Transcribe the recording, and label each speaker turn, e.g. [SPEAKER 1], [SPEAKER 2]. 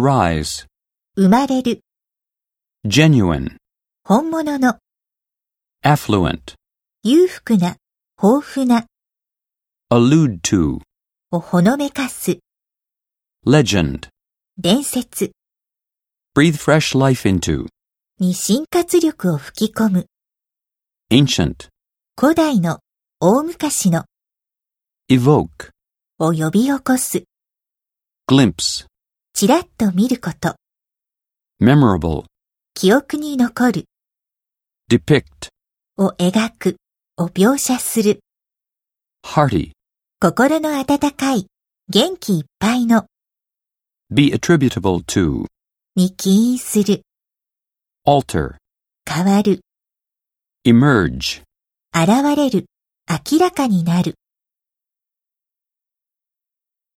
[SPEAKER 1] arise,
[SPEAKER 2] 生まれる、
[SPEAKER 1] genuine,
[SPEAKER 2] 本物の、
[SPEAKER 1] affluent,
[SPEAKER 2] 裕福な、豊富な、
[SPEAKER 1] allude to,
[SPEAKER 2] をほのめかす、
[SPEAKER 1] legend,
[SPEAKER 2] 伝説、
[SPEAKER 1] breathe fresh life into,
[SPEAKER 2] に進活力を吹き込む、
[SPEAKER 1] ancient,
[SPEAKER 2] 古代の、大昔の、
[SPEAKER 1] evoke,
[SPEAKER 2] を呼び起こす、
[SPEAKER 1] glimpse,
[SPEAKER 2] ちらっと見ること、
[SPEAKER 1] memorable,
[SPEAKER 2] 記憶に残る、
[SPEAKER 1] depict,
[SPEAKER 2] を描く、を描写する、
[SPEAKER 1] hearty,
[SPEAKER 2] 心の温かい、元気いっぱいの、
[SPEAKER 1] be attributable to,
[SPEAKER 2] に起因する、
[SPEAKER 1] alter,
[SPEAKER 2] 変わる、
[SPEAKER 1] emerge.
[SPEAKER 2] 現れる、明らかになる。